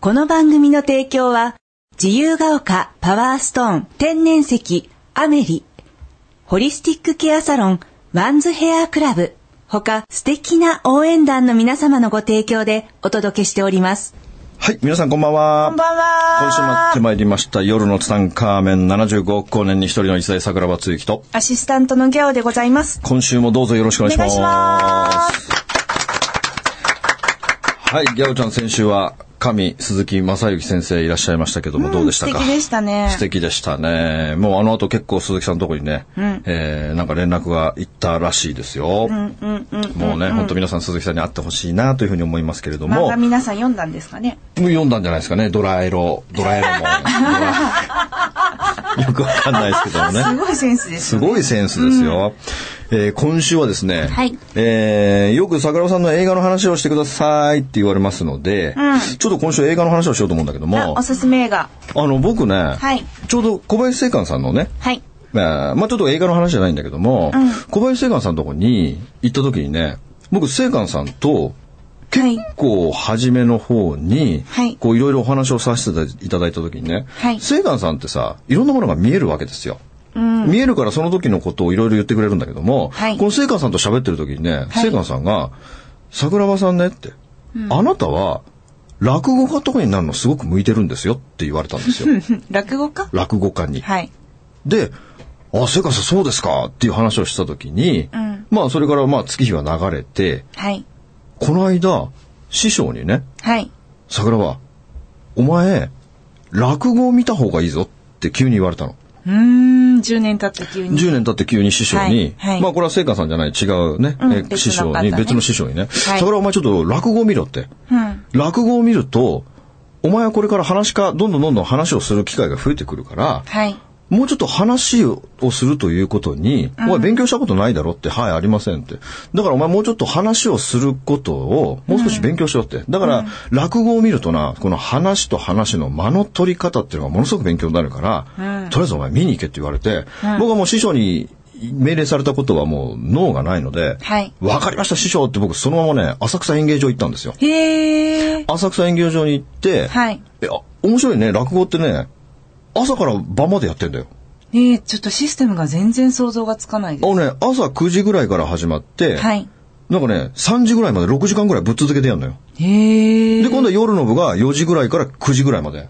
この番組の提供は、自由が丘パワーストーン天然石アメリ、ホリスティックケアサロンワンズヘアクラブ、ほか素敵な応援団の皆様のご提供でお届けしております。はい、皆さんこんばんは。こんばんは今週もやってまいりました、夜のツタンカーメン75億光年に一人の一代桜庭つゆきと、アシスタントのギャオでございます。今週もどうぞよろしくお願いします。お願いしますはい、ギャオちゃん先週は、神鈴木正幸先生いらっしゃいましたけども、どうでした素か敵でしたね素敵でしたね。もうあの後結構鈴木さんのとこにね、えーなんか連絡が行ったらしいですよ。もうね、本当皆さん鈴木さんに会ってほしいなというふうに思いますけれど漫も画、皆さん読んだんですかね。読んだんじゃないですかね、ドラエロ、ドラえ もん。ドラよくわかんないですけどもね。すごいセンスです。すごいセンスですよ。えー今週はですね、はいえーよく桜尾さんの映画の話をしてくださいって言われますので、ちょっと今週映画の話をしようと思うんだけどあも、おあすすめ映画。の、僕ね、はいちょうど小林正観さんのね、はい。えーまあちょっと映画の話じゃないんだけども、小林正観さんのとこに行った時にね、僕正観さんとは い結構初めの方に、はいこういろいろお話をさせていただいた時にね、はい正観さんってさ、いろんなものが見えるわけですよ。見えるからその時のことをいろいろ言ってくれるんだけども、はいこの正観さんと喋ってる時にね、正観さんが、桜庭さんねって、あなたは落語家とかになるのすごく向いてるんですよって言われたんですよ。落語家落語家に。はい。で、あ、せかさんそうですかっていう話をしたときに、んまあそれからまあ月日は流れて、はい。この間、師匠にね、はい。桜は、お前、落語を見た方がいいぞって急に言われたの。うーん、10年経った急に。 10年経って急に師匠に、はいはいまあこれは聖華さんじゃない違うね、うんえ別の師匠方に、ね別の師匠にね、はい桜お前ちょっと落語を見ろって。うん。落語を見ると、お前はこれから話し家、どんどんどんどん話をする機会が増えてくるから、はい。もうちょっと話をするということに、お前勉強したことないだろって、はい、ありませんって。だからお前もうちょっと話をすることを、もう少し勉強しろって。だから、落語を見るとな、この話と話の間の取り方っていうのがものすごく勉強になるから、とりあえずお前見に行けって言われて、僕はもう師匠に命令されたことはもう脳がないので、はいわかりました師匠って僕そのままね、浅草演芸場行ったんですよ。へー。浅草演芸場に行って、はい。いや、面白いね、落語ってね、朝から晩までやってんだよ。えー、ちょっとシステムが全然想像がつかないであす。のね、朝9時ぐらいから始まって、はい。なんかね、3時ぐらいまで6時間ぐらいぶっ続けてやんのよ。へー。で、今度は夜の部が4時ぐらいから9時ぐらいまで。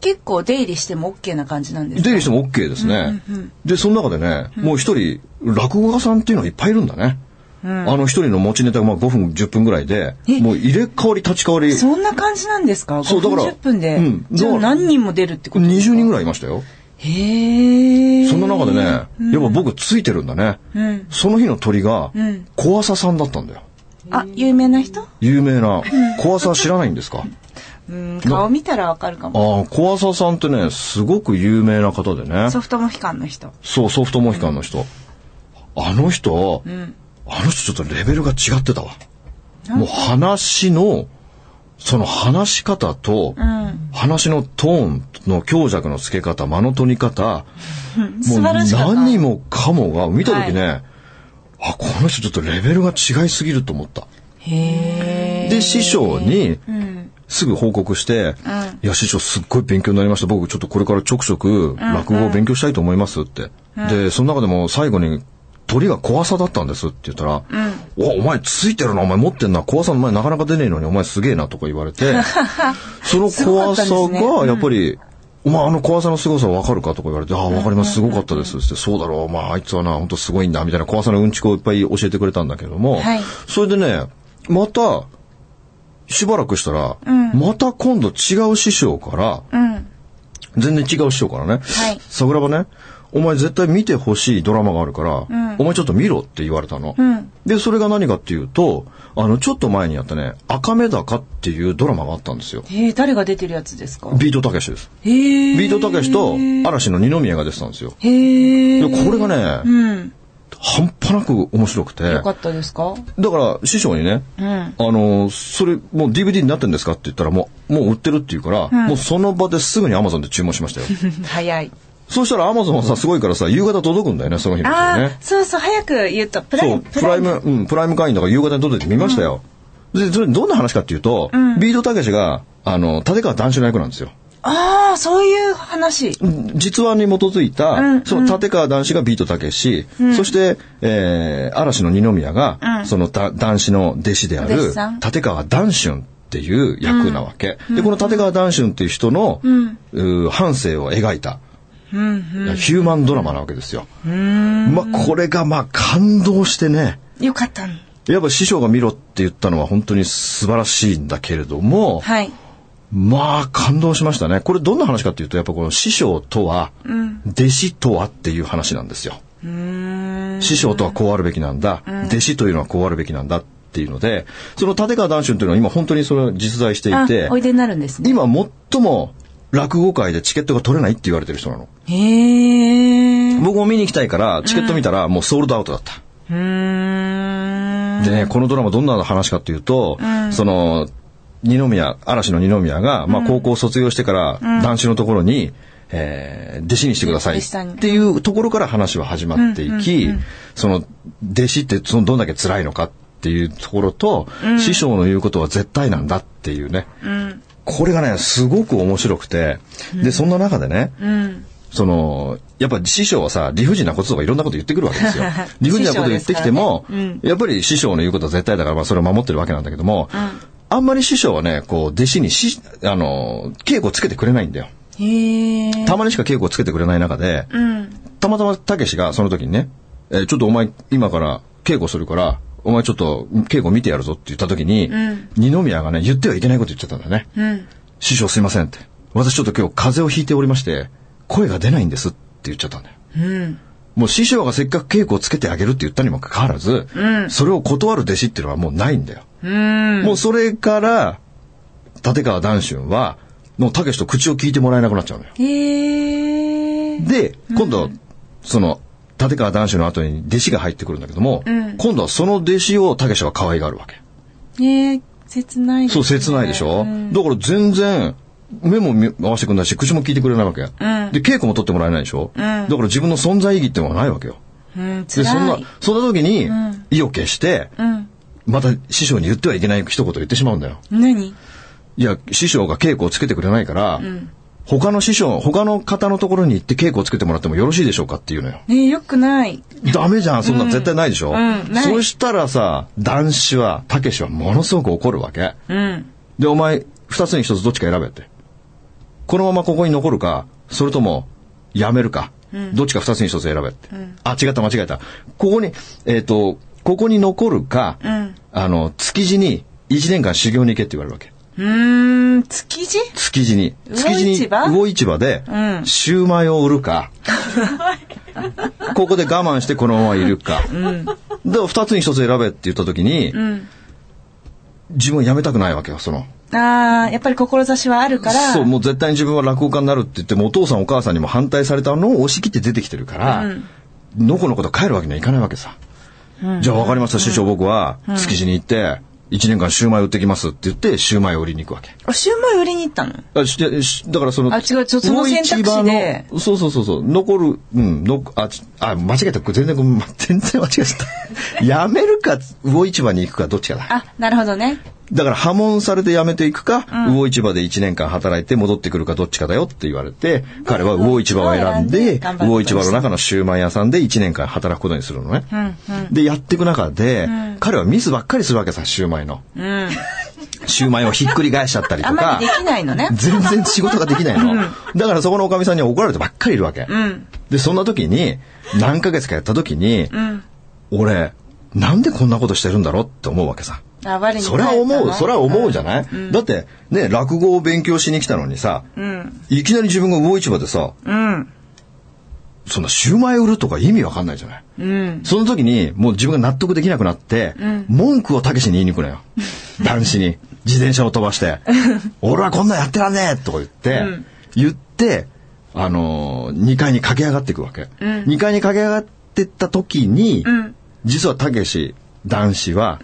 結構出入りしても OK な感じなんですか出入りしても OK ですね。で、その中でね、もう一人、落語家さんっていうのはいっぱいいるんだね。あの一人の持ちネタがまあ5分、10分ぐらいで、えもう入れ替わり立ち替わり、そんな感じなんですかそう ?5 だ分から10分で。うんじゃだあから何人も出るってことです20か人ぐらいいましたよ。へー。その中でね、やっぱ僕ついてるんだね。んその日の鳥がん、小朝さんだったんだよ。あ、有名な人有名な。小朝知らないんですかうん、顔見たらわかるかも。ああ、小朝さんってね、すごく有名な方でね。ソフトモヒカンの人。そう、ソフトモヒカンの人。あの人、んあの人ちょっとレベルが違ってたわ。もう話の、その話し方と、うん。話のトーンの強弱の付け方、間の取り方、も素う晴らしかった。何もかもが、見た時ね、あ、この人ちょっとレベルが違いすぎると思った。へで、師匠に、ー。うん。すぐ報告して、いや、師匠すっごい勉強になりました。僕ちょっとこれからちょくちょく落語を勉強したいと思いますって。で、その中でも最後に、鳥が怖さだったんですって言ったら、おお前ついてるな、お前持ってんな、怖さの前なかなか出ねえのにお前すげえなとか言わ れて、その怖さすごかったですねがやっぱり、お前あの怖さの凄さわかるかとか言われて、ああ、わかります、すごかったですって、そうだろう、まああいつはな、本当すごいんだ、みたいな怖さのうんちくをいっぱい教えてくれたんだけども、はいそれでね、また、しばらくしたら、また今度違う師匠から、うん。全然違う師匠からね、はい桜庭ね、お前絶対見てほしいドラマがあるから、お前ちょっと見ろって言われたの、んで、それが何かっていうと、あの、ちょっと前にやったね、赤目高っていうドラマがあったんですよ。へー、誰が出てるやつですかビートたけしです。へー。ビートたけしと嵐の二宮が出てたんですよ。へー。でこれがね、うん。半端なく面白くて、よかったですかだから師匠にね、うん。あの、それ、もう DVD になってんですかって言ったら、もう、もう売ってるって言うから、もうその場ですぐに Amazon で注文しまし たよ。早い。そうしたら Amazon はさ、すごいからさ、夕方届くんだよね、その日のうちにあねー、。そうそう、早く言うと、プライそう、ム。プライム、うん、プライム会員だから夕方に届いて見ましたよ。で、それどんな話かっていうと、ビートたけしが、あの、立川談志の役なんですよ。ああ、そういう話。実話に基づいた、その立川談志がビートたけし、そして、えー嵐の二宮が、そのだ談志の弟子であお弟る子さん立川談春っていう役なわけ、でこの立川談春っていう人の、うー半生を描いた、ヒューマンドラマなわけですよ。まあこれがまあ感動してねよかったの。やっぱ師匠が見ろって言ったのは本当に素晴らしいんだけれども、はい。まあ感動しましたね。これどんな話かっていうと、やっぱこの師匠とは、弟子とはっていう話なんですよ。師匠とはこうあるべきなんだ、弟子というのはこうあるべきなんだっていうので、その立川談春というのは今本当にそれを実在していあて、おいでになるんですね。今最も落語界でチケットが取れないって言われてる人なの。へえ。僕も見に行きたいから、チケット見たらもうソールドアウトだった。うーん。でね、このドラマどんな話かっていうと、その、二宮、嵐の二宮が、まあ高校を卒業してから、男子のところに、えー弟子にしてください弟っ子さんにていうところから話は始まっていき、その、弟子ってそのどんだけ辛いのかっていうところと、師匠の言うことは絶対なんだっていうね、これがね、すごく面白くて、で、そんな中でね、その、やっぱ師匠はさ、理不尽なこととかいろんなこと言ってくるわけ ですよ。理不尽なこと言ってきても、やっぱり師匠の言うことは絶対だから、まあそれを守ってるわけなんだけども、あんまり師匠はね、こう、弟子にし、あの、稽古つけてくれないんだよ。へえ。たまにしか稽古つけてくれない中で、うん。たまたまたけしがその時にね、えーちょっとお前今から稽古するから、お前ちょっと稽古見てやるぞって言った時に、二宮がね、言ってはいけないこと言っちゃったんだよね。師匠すいませんって。私ちょっと今日風邪をひいておりまして、声が出ないんですって言っちゃったんだよ。もう師匠がせっかく稽古をつけてあげるって言ったにもかかわらず、それを断る弟子っていうのはもうないんだよ。もうそれから、立川談春は、もうたけしと口を聞いてもらえなくなっちゃうのよ。へえ。で、今度、その、立川談春の後に弟子が入ってくるんだけども、今度はその弟子をたけしは可愛がるわけ。へえ、切ないですそね。う、切ないでしょ、だから全然、目も見合わせてくれないし、口も聞いてくれないわけ。で、稽古も取ってもらえないでしょ、だから自分の存在意義ってのはないわけよ。うん、で、辛い。そんな、そんな時に、意を決して、うん。また師匠に言ってはいけない一言言ってしまうんだよ。何いや、師匠が稽古をつけてくれないから、他の師匠、他の方のところに行って稽古をつけてもらってもよろしいでしょうかっていうの よ。ねえ、よくない。ダメじゃん、そんなん絶対ないでしょ、うんないそしたらさ、男子は、たけしはものすごく怒るわけ。うん。で、お前、二つに一つどっちか選べって。このままここに残るか、それとも、やめるか。どっちか二つに一つ選べって。あ、違った、間違えた。ここに、えっ、と、ここに残るか、あの、築地に一年間修行に行けって言われるわけ。うーん、築地築地に。魚築地に、市場魚市場で、んシューマイを売る か、ここで我慢してこのままいるか。で、二つに一つ選べって言った時に、自分は辞めたくないわけよ、その。ああ、やっぱり志はあるから。そう、もう絶対に自分は落語家になるって言っても、お父さんお母さんにも反対されたのを押し切って出てきてるから、のこのこと帰るわけにはいかないわけさ。じゃあ分かりました、師匠僕は、築地に行って、一年間シューマイ売ってきますって言って、シューマイを売りに行くわけ。あ、シューマイ売りに行ったのあしてしだからその、あ違うちょその選択肢魚市場のでそうそうそう、そう残る、うん、のあ、ちあ、間違えた、これ全然ごめん、ま全然間違えちゃった。やめるか、魚市場に行くか、どっちかだ。あ、なるほどね。だから、破門されてやめていくか、魚市場で1年間働いて戻ってくるか、どっちかだよって言われて、彼は魚市場を選んで、頑張って魚市場の中のシューマイ屋さんで1年間働くことにするのね。で、やっていく中で、彼はミスばっかりするわけさ、シューマイの。うん。シューマイをひっくり返しちゃったりあとんまかり。できないのね。全然仕事ができないの。だからそこのおかみさんには怒られてばっかりいるわけ。んで、そんな時に、何ヶ月かやった時に、俺、なんでこんなことしてるんだろうって思うわけさ。あ、我にそりゃ思う、そりゃ思うじゃゃない、だって、ね、落語を勉強しに来たのにさ、いきなり自分が魚市場でさ、ん。そんなシューマイ売るとか意味わかんないじゃない、うん。その時に、もう自分が納得できなくなって、文句をたけしに言いに行 くのよ。男子に。自転車を飛ばして。俺はこんなんやってらんねえとか言って、言って、あのー、2階に駆け上がっていくわけ。2階に駆け上がってった時に、ん実はたけし、男子は、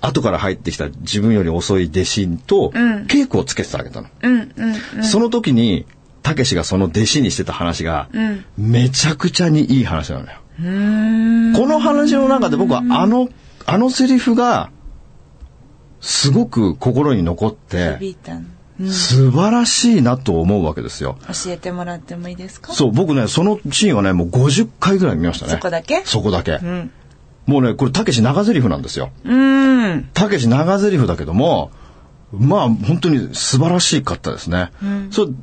後から入ってきた自分より遅い弟子と、稽古をつけてあげたの。うん。うん。その時に、たけしがその弟子にしてた話が、んめちゃくちゃにいい話なのよ。この話の中で僕はあの、あのセリフが、すごく心に残って、響いたの。素晴らしいなと思うわけですよ。教えてもらってもいいですかそう、僕ね、そのシーンはね、もう50回ぐらい見ましたね。そこだけそこだけ。うん。もうね、これ、たけし長台詞なんですよ。うん。たけし長台詞だけども、まあ、本当に素晴らしかったですね。そう、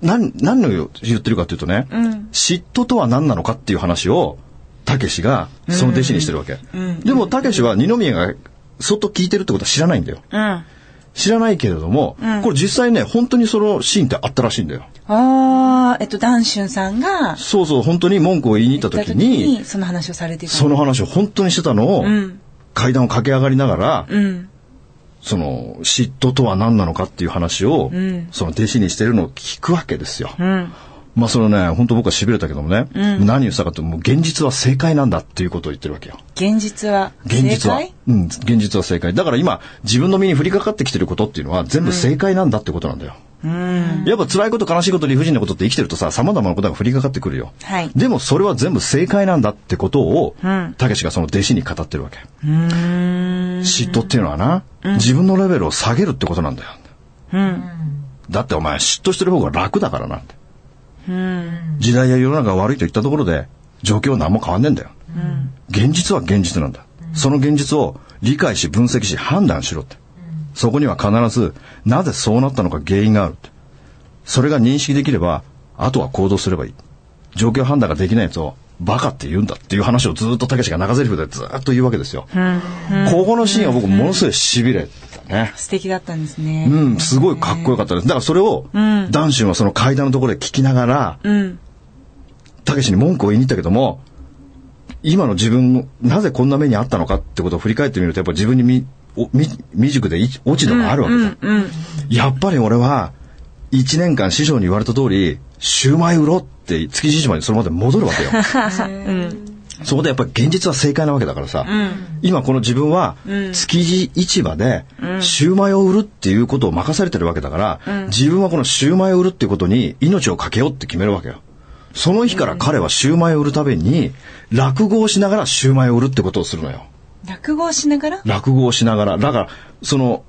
なん、何の言ってるかというとね、嫉妬とは何なのかっていう話を、たけしがその弟子にしてるわけ。でも、たけしは二宮がそっと聞いてるってことは知らないんだよ。うん。あ知らないけれども、これ実際ね、本当にそのシーンってあったらしいんだよ。あー、えっと、ダンシュンさんが、そうそう、本当に文句を言いに行った時に、その話をされていた。その話を本当にしてたのを、ん階段を駆け上がりながら、うん。その嫉妬とは何なのかっていう話を、んその弟子にしてるのを聞くわけですよ。うん。まあそのね、本当僕は痺れたけどもね、何を言ってたかってもう現実は正解なんだっていうことを言ってるわけよ。現実は、現実は正解。うん、現実は正解。だから今、自分の身に降りかかってきてることっていうのは全部正解なんだってことなんだよ。うん。やっぱ辛いこと、悲しいこと、理不尽なことって生きてるとさ、様々なことが降りかかってくるよ。はいでもそれは全部正解なんだってことをん、たけしがその弟子に語ってるわけ。うん。嫉妬っていうのはな、自分のレベルを下げるってことなんだよ。うん。だってお前嫉妬してる方が楽だからなって。うん。時代や世の中が悪いといったところで、状況は何も変わんねえんだよ。現実は現実なんだ。その現実を理解し分析し判断しろって。そこには必ず、なぜそうなったのか原因があるって。それが認識できれば、あとは行動すればいい。状況判断ができないやつを、バカって言うんだっていう話をずっとたけしが長台詞でずっと言うわけですよ。ここのシーンは僕ものすごい痺れたね。素敵だったんですね。うん、すごいかっこよかったです。だからそれを、ダンシュンはその階段のところで聞きながら、うん。たけしに文句を言いに行ったけども、今の自分、なぜこんな目にあったのかってことを振り返ってみると、やっぱ自分にみ、おみ未熟でい落ち度があるわけじゃん。うん。やっぱり俺は、一年間師匠に言われた通り、シューマイ売ろうって、築地市場にそれまで戻るわけよ。そこでやっぱり現実は正解なわけだからさ、今この自分は築地市場でシューマイを売るっていうことを任されてるわけだから、自分はこのシューマイを売るっていうことに命を懸けようって決めるわけよ。その日から彼はシューマイを売るために、落語をしながらシューマイを売るってことをするのよ。落語をしながら落語をしながら、だから、その、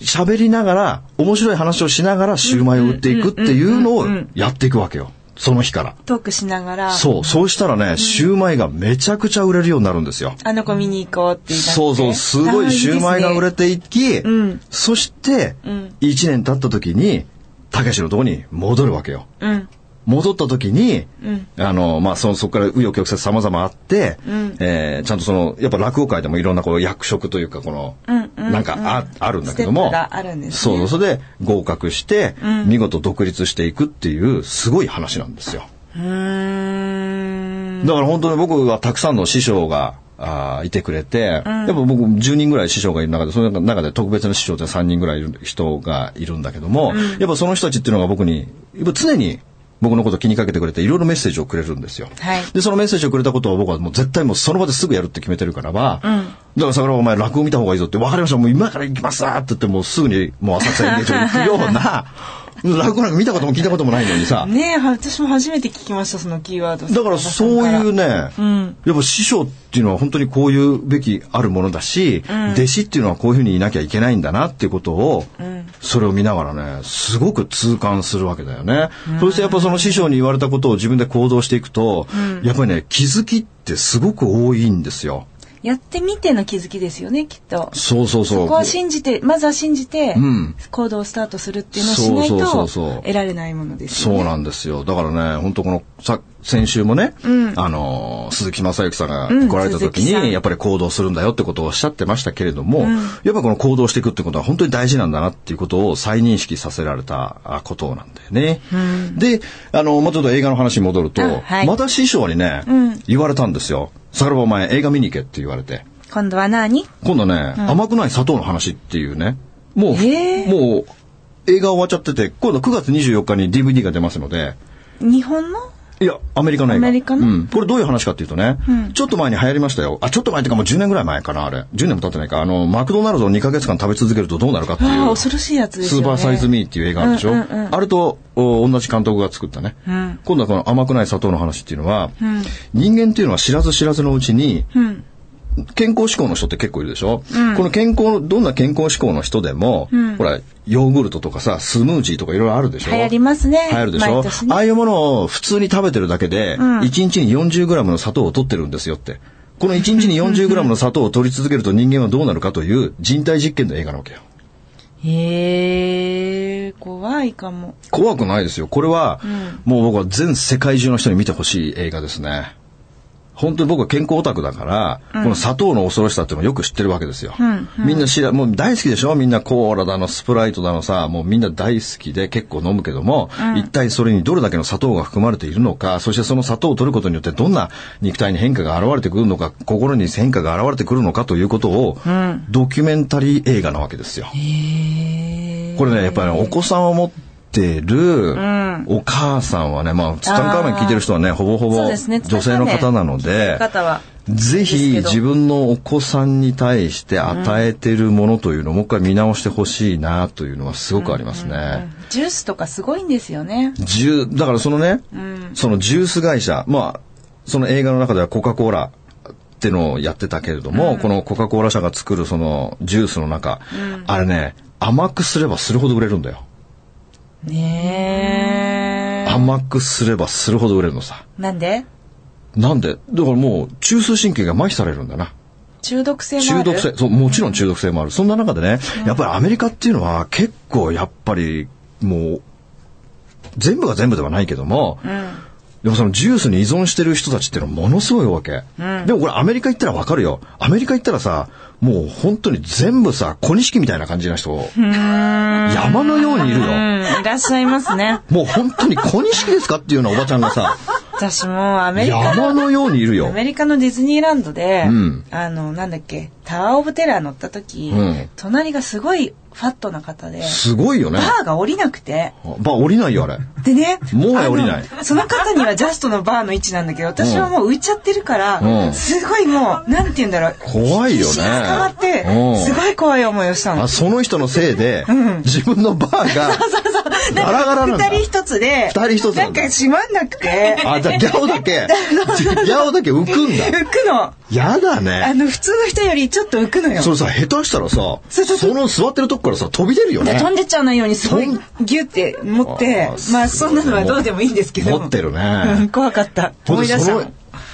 喋りながら、面白い話をしながらシューマイを売っていくっていうのをやっていくわけよ。その日から。トークしながら、そう、そうしたらね、シューマイがめちゃくちゃ売れるようになるんですよ。あの子見に行こうって言ったってそうそう、すごいシューマイが売れて。ていき、んそして、ん1年経った時に、たけしのとこに戻るわけよ。うん。戻った時に、うんあの、まあ、その、そこから紆余曲折様々あって、えーちゃんとその、やっぱ落語界でもいろんなこう役職というか、この、うんうんなんかああるんだけども、ステップがあるんですねそうそう、それで合格して、見事独立していくっていう、すごい話なんですよ。うーん。だから本当に僕はたくさんの師匠が、あーいてくれて、やっぱ僕10人ぐらい師匠がいる中で、その中で特別な師匠って3人ぐらいいる人がいるんだけども、やっぱその人たちっていうのが僕に、やっぱ常に僕のこと気にかけてくれて、いろいろメッセージをくれるんですよ。はいで、そのメッセージをくれたことを僕はもう絶対もうその場ですぐやるって決めてるからば、だから桜お前落語見た方がいいぞって、わかりました、もう今から行きますわって言って、もうすぐにもう浅草演芸場に行くよ うな、落語なんか見たことも聞いたこともないのにさ、ねえ、は私も初めて聞きました、そのキーワード。だからそういうね、んやっぱ師匠っていうのは本当にこういうべきあるものだし、弟子っていうのはこういうふうにいなきゃいけないんだなっていうことを、それを見ながらね、すごく痛感するわけだよね。そしてやっぱその師匠に言われたことを自分で行動していくと、やっぱりね、気づきってすごく多いんですよ。やってみての気づきですよね、きっと。そうそうそう。そこは信じて、まずは信じてん、行動をスタートするっていうのをしないそうそうそうとそう、得られないものですよそうね。なんですよ。だからね、本当この、さ、先週もね、あのー、鈴木正幸さんが来られた時うに、ん鈴木さんやっぱり行動するんだよってことをおっしゃってましたけれども、やっぱこの行動していくってことは本当に大事なんだなっていうことを再認識させられたあことなんだよね。で、あの、まあ、ちょっと映画の話に戻ると、あはいまた師匠にね、言われたんですよ。桜庭お前映画見に行けって言われて。今度は何今度ね、甘くない砂糖の話っていうね、もう、へーもう、映画終わっちゃってて、今度9月24日に DVD が出ますので、日本のいや、アメリカの映画。アメリカのうん。これどういう話かっていうとね、ちょっと前に流行りましたよ。あ、ちょっと前っていうかもう10年ぐらい前かな、あれ。10年も経ってないか。あの、マクドナルドを2ヶ月間食べ続けるとどうなるかっていう。ああ、恐ろしいやつですスよーね。パーサイズミーっていう映画あるでしょ、うんうんうんあれとお同じ監督が作ったね、今度はこの甘くない砂糖の話っていうのは、人間っていうのは知らず知らずのうちに、健康志向の人って結構いるでしょ、この健康の、どんな健康志向の人でも、ほら、ヨーグルトとかさ、スムージーとかいろいろあるでしょ流行りますね流行るでしょ、毎年ねああいうものを普通に食べてるだけで、1日に 40g の砂糖を取ってるんですよって。この1日に 40g の砂糖を取り続けると人間はどうなるかという人体実験の映画なわけよ。へえ、怖いかも。怖くないですよ。これは、もう僕は全世界中の人に見てほしい映画ですね。本当に僕は健康オタクだから、この砂糖の恐ろしさっていうのをよく知ってるわけですよ。みんな知ら、もう大好きでしょみんなコーラだの、スプライトだのさ、もうみんな大好きで結構飲むけども、一体それにどれだけの砂糖が含まれているのか、そしてその砂糖を取ることによってどんな肉体に変化が現れてくるのか、心に変化が現れてくるのかということを、ドキュメンタリー映画なわけですよ。これね、やっぱりね、お子さんを持ってるお母さんはね、まあ、ツタンカーメン聞いてる人はね、ほぼほぼそう女ですね性の方なので、方は。ぜひですけ自ど分のお子さんに対して与えてるものというのをもう一回見直してほしいなというのはすごくありますね。ジュースとかすごいんですよね。ジュだからそのね、そのジュース会社、まあ、その映画の中ではコカ・コーラってのをやってたけれども、このコカ・コーラ社が作るそのジュースの中、あれね、甘くすればするほど売れるんだよ。ねえ。甘くすればするほど売れるのさ。なんでなんでだからもう中枢神経が麻痺されるんだな。中毒性もあ中る毒性、そう、もちろん中毒性もある。そんな中でね、やっぱりアメリカっていうのは結構やっぱりもう、全部が全部ではないけども、でもそのジュースに依存してる人たちっていうのはものすごいわけ。でもこれアメリカ行ったらわかるよ。アメリカ行ったらさ、もう本当に全部さ、小錦みたいな感じな人、山のようにいるうよ。ん、いらっしゃいますね。もう本当に小錦ですかっていうようなおばちゃんがさ、私もアメリカの、山のようにいるアよ。メリカのディズニーランドで、うんあの、なんだっけ、タワーオブテラー乗った時、うん隣がすごいファットな方で、すごいよねバ。ーが降りなくて、ば、降りないよ、あれ。でね、もはや降りないあのその方にはジャストのバーの位置なんだけど、私はもう浮いちゃってるから、うんすごいもう、なんて言うんだろう。怖いよね必死に捕まって、うんすごい怖い思いをしたのあ、。その人のせいで、ん自分のバー が、ガラガラなんだ。二人一つで、二人一つななんんだか閉まんなくて、あ、じゃあギャオだけ、ギャオだけ浮くんだ。浮くの。やだあね。の、普通の人よりちょっと浮くのよ。それさ、下手したらさ、そうそうその座ってるとこからさ、飛び出るよね。飛んでっちゃわないようにすごい飛んギュって持ってあーまあすそごんいなのはどうでもいいんですけど持ってるねうん怖かった思ほんいで出しそたのの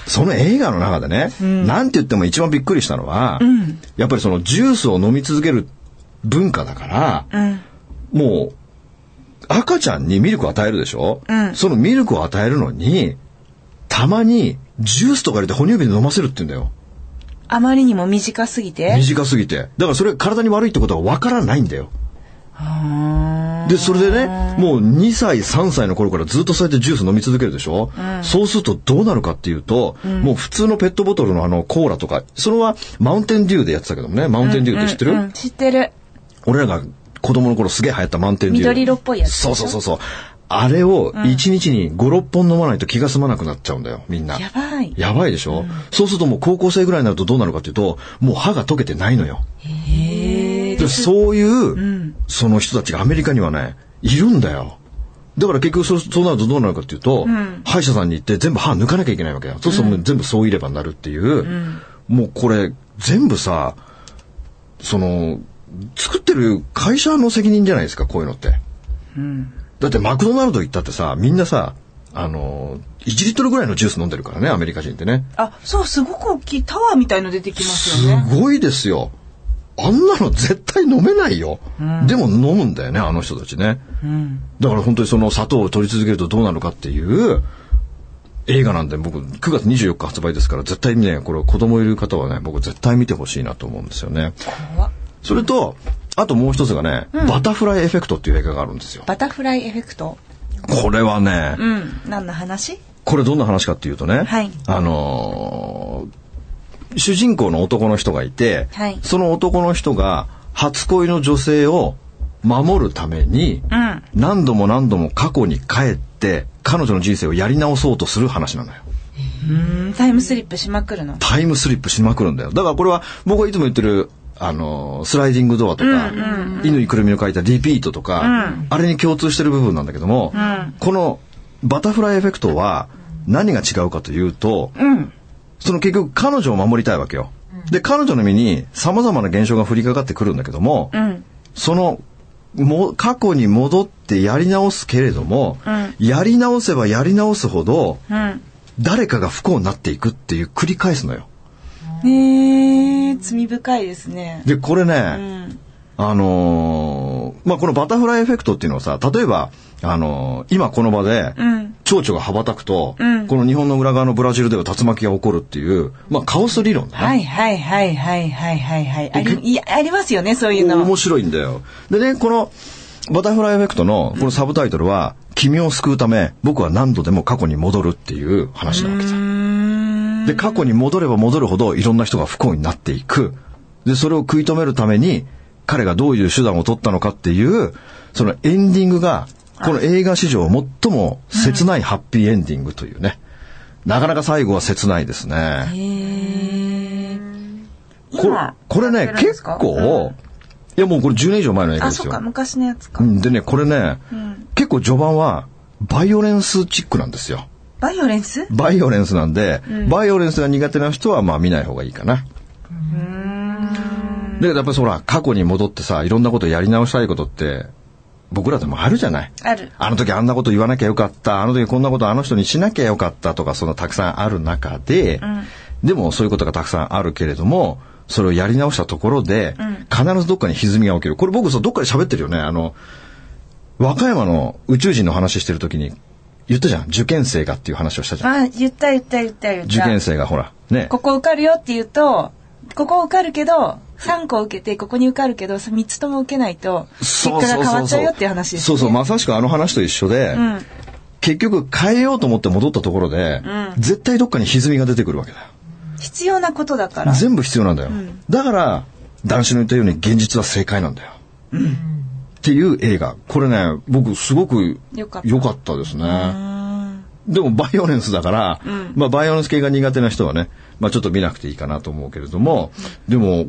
その映画の中でね、なんて言っても一番びっくりしたのは、やっぱりそのジュースを飲み続ける文化だから、もう、赤ちゃんにミルクを与えるでしょ、そのミルクを与えるのに、たまにジュースとか入れて哺乳瓶で飲ませるって言うんだよ。あまりにも短すぎて短すぎて。だからそれが体に悪いってことは分からないんだよ。あで、それでね、もう2歳、3歳の頃からずっとそうやってジュース飲み続けるでしょ、そうするとどうなるかっていうと、もう普通のペットボトルのあのコーラとか、それはマウンテンデューでやってたけどもね、マウンテンデューって知ってる、ーうん知ってる俺らが子供の頃すげえ流行ったマウンテンデュー。緑色っぽいやつでしそょうそうそうそう。あれを1日に5、6本飲まないと気が済まなくなっちゃうんだよ、みんな。やばいやばいでしょ、そうするともう高校生ぐらいになるとどうなるかっていうと、もう歯が溶けてないのよ。でそういう、その人たちがアメリカにはね、いるんだよ。だから結局そうそうなるとどうなるかっていうと、歯医者さんに行って全部歯抜かなきゃいけないわけよ。そうするともう全部そう入れ歯になるっていう、もうこれ全部さ、その、作ってる会社の責任じゃないですか、こういうのって。だってマクドナルド行ったってさ、みんなさ、あの、1リットルぐらいのジュース飲んでるからね、アメリカ人ってね。あそうすごく大きいタワーみたいの出てきますすよねごいですよ。あんなの絶対飲めないよ。でも飲むんだよね、あの人たちね。だから本当にその砂糖を取り続けるとどうなるかっていう映画なんで、僕9月24日発売ですから、絶対にね、これ子供いる方はね、僕絶対見てほしいなと思うんですよね。怖っそれと、あともう一つがね、バタフライエフェクトっていう映画があるんですよ。バタフライエフェクトこれはね、うん何の話これどんな話かっていうとね、はいあのー主人公の男の人がいて、はいその男の人が初恋の女性を守るために、ん何度も何度も過去に帰って彼女の人生をやり直そうとする話なのよ。うんタイムスリップしまくるのタイムスリップしまくるんだよ。だからこれは僕がいつも言ってる、あのースライディングドアとか、犬にくるみの書いたリピートとか、あれに共通してる部分なんだけども、このバタフライエフェクトは何が違うかというと、その結局彼女を守りたいわけよ。で、彼女の身に様々な現象が降りかかってくるんだけども、うん。その、も、過去に戻ってやり直すけれども、うんやり直せばやり直すほど、うん。誰かが不幸になっていくっていう繰り返すのよ。ねえ、罪深いですね。で、これね、うん。あのーまあ、このバタフライエフェクトっていうのはさ、例えば、あのー今この場で、うん。蝶々が羽ばたくと、うんこの日本の裏側のブラジルでは竜巻が起こるっていう、まあ、カオス理論だね。はいはいはいはいはいはいはい。あり、いや、ありますよね、そういうの。面白いんだよ。でね、この、バタフライエフェクトの、このサブタイトルは、君を救うため、僕は何度でも過去に戻るっていう話なわけさ。で、過去に戻れば戻るほど、いろんな人が不幸になっていく。で、それを食い止めるために、彼がどういう手段を取ったのかっていう、そのエンディングが、この映画史上最も切ないハッピーエンディングというね。なかなか最後は切ないですね。これ今、これやっねて、るんです結か構、いやもうこれ10年以上前の映画あ、ですそよ。っか、昔のやつうか。んでね、これね、ん結構序盤は、バイオレンスチックなんですよ。バイオレンスバイオレンスなんで、バイオレンスが苦手な人は、まあ見ない方がいいかな。だけどやっぱりそら、過去に戻ってさ、いろんなことやり直したいことって、僕らでもあるじゃない。ある。あの時あんなこと言わなきゃよかった、あの時こんなことあの人にしなきゃよかったとか、そのたくさんある中で、でもそういうことがたくさんあるけれども、それをやり直したところで、必ずどっかに歪みが起きる。これ僕さ、どっかで喋ってるよね。あの、和歌山の宇宙人の話してる時に、言ったじゃん。受験生がっていう話をしたじゃん。あ、言った言った言った言った。受験生がほら、ね。ここ受かるよって言うと、ここ受かるけど、3個受けて、ここに受かるけど、3つとも受けないと、結そ果うがそう変そわうっちゃそうよっていう話です、ね。そうそう、まさしくあの話と一緒で、ん結局変えようと思って戻ったところで、絶対どっかに歪みが出てくるわけだよ。必要なことだから。全部必要なんだよ、だから男子の言ったように現実は正解なんだよ、っていう映画これね僕すごくよかった良かったですねでもバイオレンスだから、まあ、バイオレンス系が苦手な人はね、まあ、ちょっと見なくていいかなと思うけれども、でも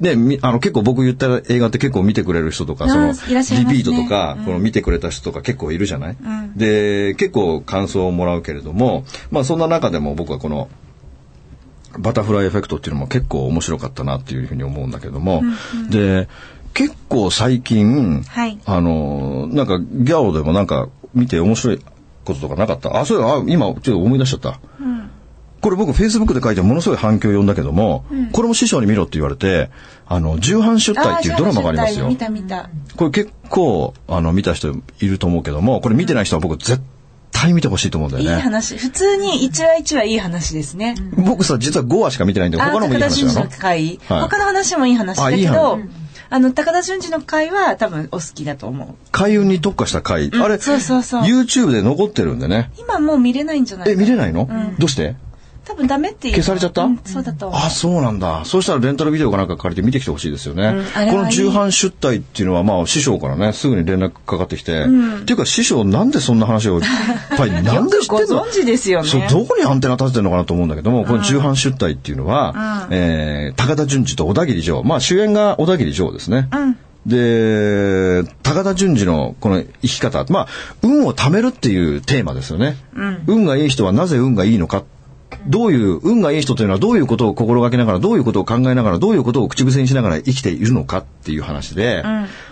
ね、みあの結構僕言った映画って結構見てくれる人とか、そのあリーいらっしゃいますねピートとか、この見てくれた人とか結構いるじゃない、で、結構感想をもらうけれども、まあそんな中でも僕はこのバタフライエフェクトっていうのも結構面白かったなっていうふうに思うんだけども、で結構最近、はいあのなんかギャオでもなんか見て面白いこととかなかったあそういえばあ今ちょっと思い出しちゃった、これ僕フェイスブックで書いてものすごい反響を呼んだけども、これも師匠に見ろって言われてあの重版出あ退っていうドラマがありますよ見た見た。これ結構あの見た人いると思うけどもこれ見てない人は僕絶対見てほしいと思うんだよいいね話。普通に一話一話いい話ですね。僕さ実は5話しか見てないんであ他のもい高い話田な純の次の回、はい他の話もいい話だあいいけど、話あの、高田純次の回は多分お好きだと思う。開運に特化した回、あれそうそうそう YouTube で残ってるんでね今もう見れないんじゃないえ見れないの、どうして多分ダメっていう。消されちゃったうんそうだと思う。あそうなんだそうしたらレンタルビデオかなんか借りて見てきてほしいですよね、あれはいいこの重版出退っていうのはまあ師匠からねすぐに連絡かかってきて、っていうか師匠なんでそんな話をいっぱいなんで知ってんのご存知ですよねそうどこにアンテナ立ててるのかなと思うんだけどもこの重版出退っていうのは、えー高田純次と小田切城まあ主演が小田切城ですね、んで高田純次のこの生き方まあ運を貯めるっていうテーマですよね、運がいい人はなぜ運がいいのかどういう、運がいい人というのはどういうことを心がけながら、どういうことを考えながら、どういうことを口癖にしながら生きているのかっていう話で、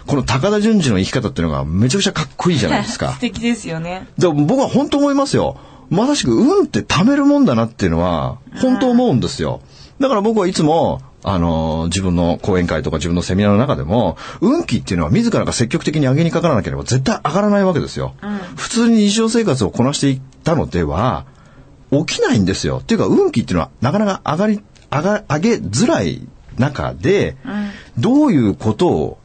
この高田純次の生き方っていうのがめちゃくちゃかっこいいじゃないですか 素。敵ですよね。でも僕は本当思いますよ。まさしく運って貯めるもんだなっていうのは、本当思うんですよ。だから僕はいつも、あのー自分の講演会とか自分のセミナーの中でも、運気っていうのは自らが積極的に上げにかからなければ絶対上がらないわけですよ。普通に日常生活をこなしていったのでは、起きないんですよ。っていうか、運気っていうのはなかなか上がり、上が、上げづらい中で、どういうことを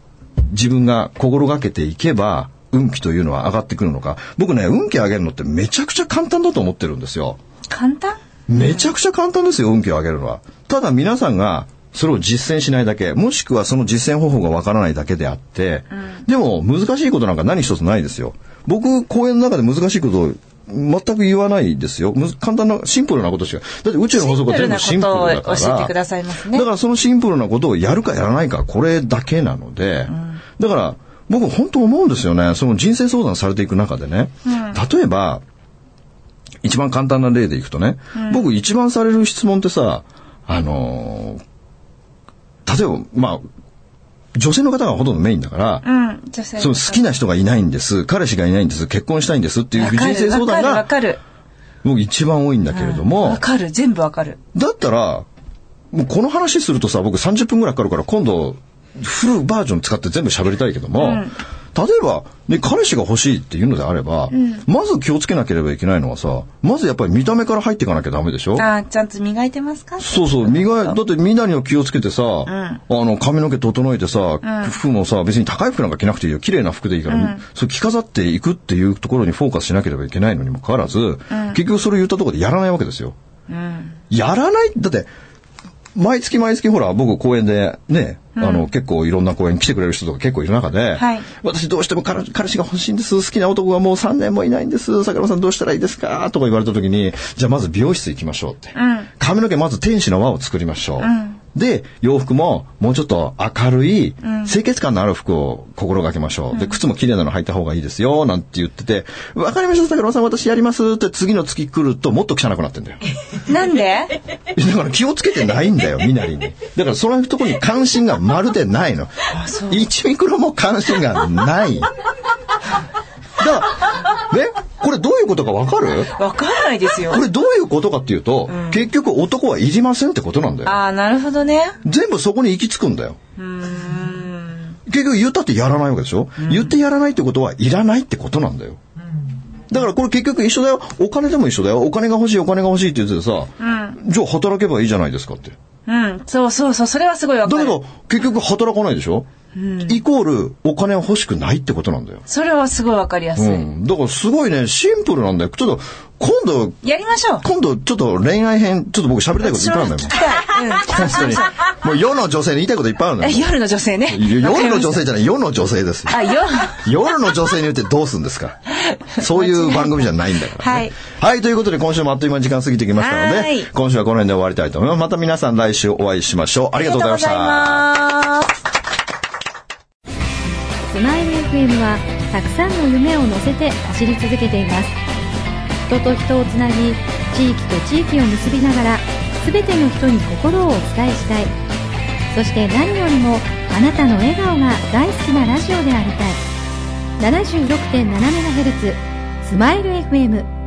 自分が心がけていけば、運気というのは上がってくるのか。僕ね、運気上げるのってめちゃくちゃ簡単だと思ってるんですよ。簡単めちゃくちゃ簡単ですよ、運気を上げるのは。ただ皆さんが、それを実践しないだけ、もしくはその実践方法がわからないだけであって、でも難しいことなんか何一つないですよ。僕、講演の中で難しいことを全く言わないですよ。むず簡単な、シンプルなことしか。だって宇宙の法則は全部シシンンププルルなことをだから。教えてくださいますねだからそのシンプルなことをやるかやらないか、これだけなので、だから僕本当思うんですよね。その人生相談されていく中でね。例えば、一番簡単な例でいくとね、僕一番される質問ってさ、あのー例えば、まあ、女性の方がほとんどメインだから、うん、女性の方そう好きな人がいないんです、彼氏がいないんです、結婚したいんですっていうわか人る生相談わがかる僕一番多いんだけれども、わかる全部わかるだったら、もうこの話するとさ、僕30分ぐらいかかるから、今度、フルバージョン使って全部喋りたいけども、例えば、ね、彼氏が欲しいっていうのであれば、まず気をつけなければいけないのはさ、まずやっぱり見た目から入っていかなきゃダメでしょあーちゃんと磨いてますかそうそう、磨い、だってみんなにを気をつけてさ、あの、髪の毛整えてさ、服もさ、別に高い服なんか着なくていいよ。綺麗な服でいいから、そう着飾っていくっていうところにフォーカスしなければいけないのにもかかわらず、結局それを言ったところでやらないわけですよ。やらないだって、毎月毎月ほら、僕公演でね、あの、結構いろんな公演来てくれる人とか結構いる中で、はい私どうしても彼彼氏が欲しいんです。好きな男がもう3年もいないんです。桜間さんどうしたらいいですかとか言われた時に、じゃあまず美容室行きましょうって。髪の毛まず天使の輪を作りましょう。で、洋服ももうちょっと明るい、清潔感のある服を心がけましょう。で、靴も綺麗なの履いた方がいいですよ、なんて言ってて、わかりました、桜間さん私やりますって次の月来るともっと汚くなってんだよ。 なんでだから気をつけてないんだよ、 みなりに。だからそのとこに関心がまるでないの。1ミクロも関心がない。だから、ね、これどういうことかわかるわかんないですよこれどういうことかっていうと、結局男はいりませんってことなんだよ。ああなるほどね全部そこに行き着くんだよ。結局言ったってやらないわけでしょ、言ってやらないってことはいらないってことなんだよ。だからこれ結局一緒だよ。お金でも一緒だよ。お金が欲しい、お金が欲しいって言ってさ、じゃあ働けばいいじゃないですかって。うんそうそうそうそれはすごいわかるだけど、結局働かないでしょ、イコール、お金は欲しくないってことなんだよ。それはすごいわかりやすうい、ん。だからすごいね、シンプルなんだよ。ちょっと、今度、やりましょう今度ちょっと恋愛編、ちょっと僕喋りたいこといっぱいあるんだよ。はいうん 本当に。もう世の女性に言いたいこといっぱいあるんだえよ。 夜の女性ね夜わかりましのた女性じゃない、世の女性です。あ夜夜の女性に言ってどうすんですかそういう番組じゃないんだから、ね。はい。ということで今週もあっという間に時間過ぎてきましたのはでい、今週はこの辺で終わりたいと思います。また皆さん来週お会いしましょう。ありがとうございました。ありがとうございますスマイル FM はたくさんの夢を乗せて走り続けています人と人をつなぎ地域と地域を結びながら全ての人に心をお伝えしたいそして何よりもあなたの笑顔が大好きなラジオでありたい 76.7MHz スマイル FM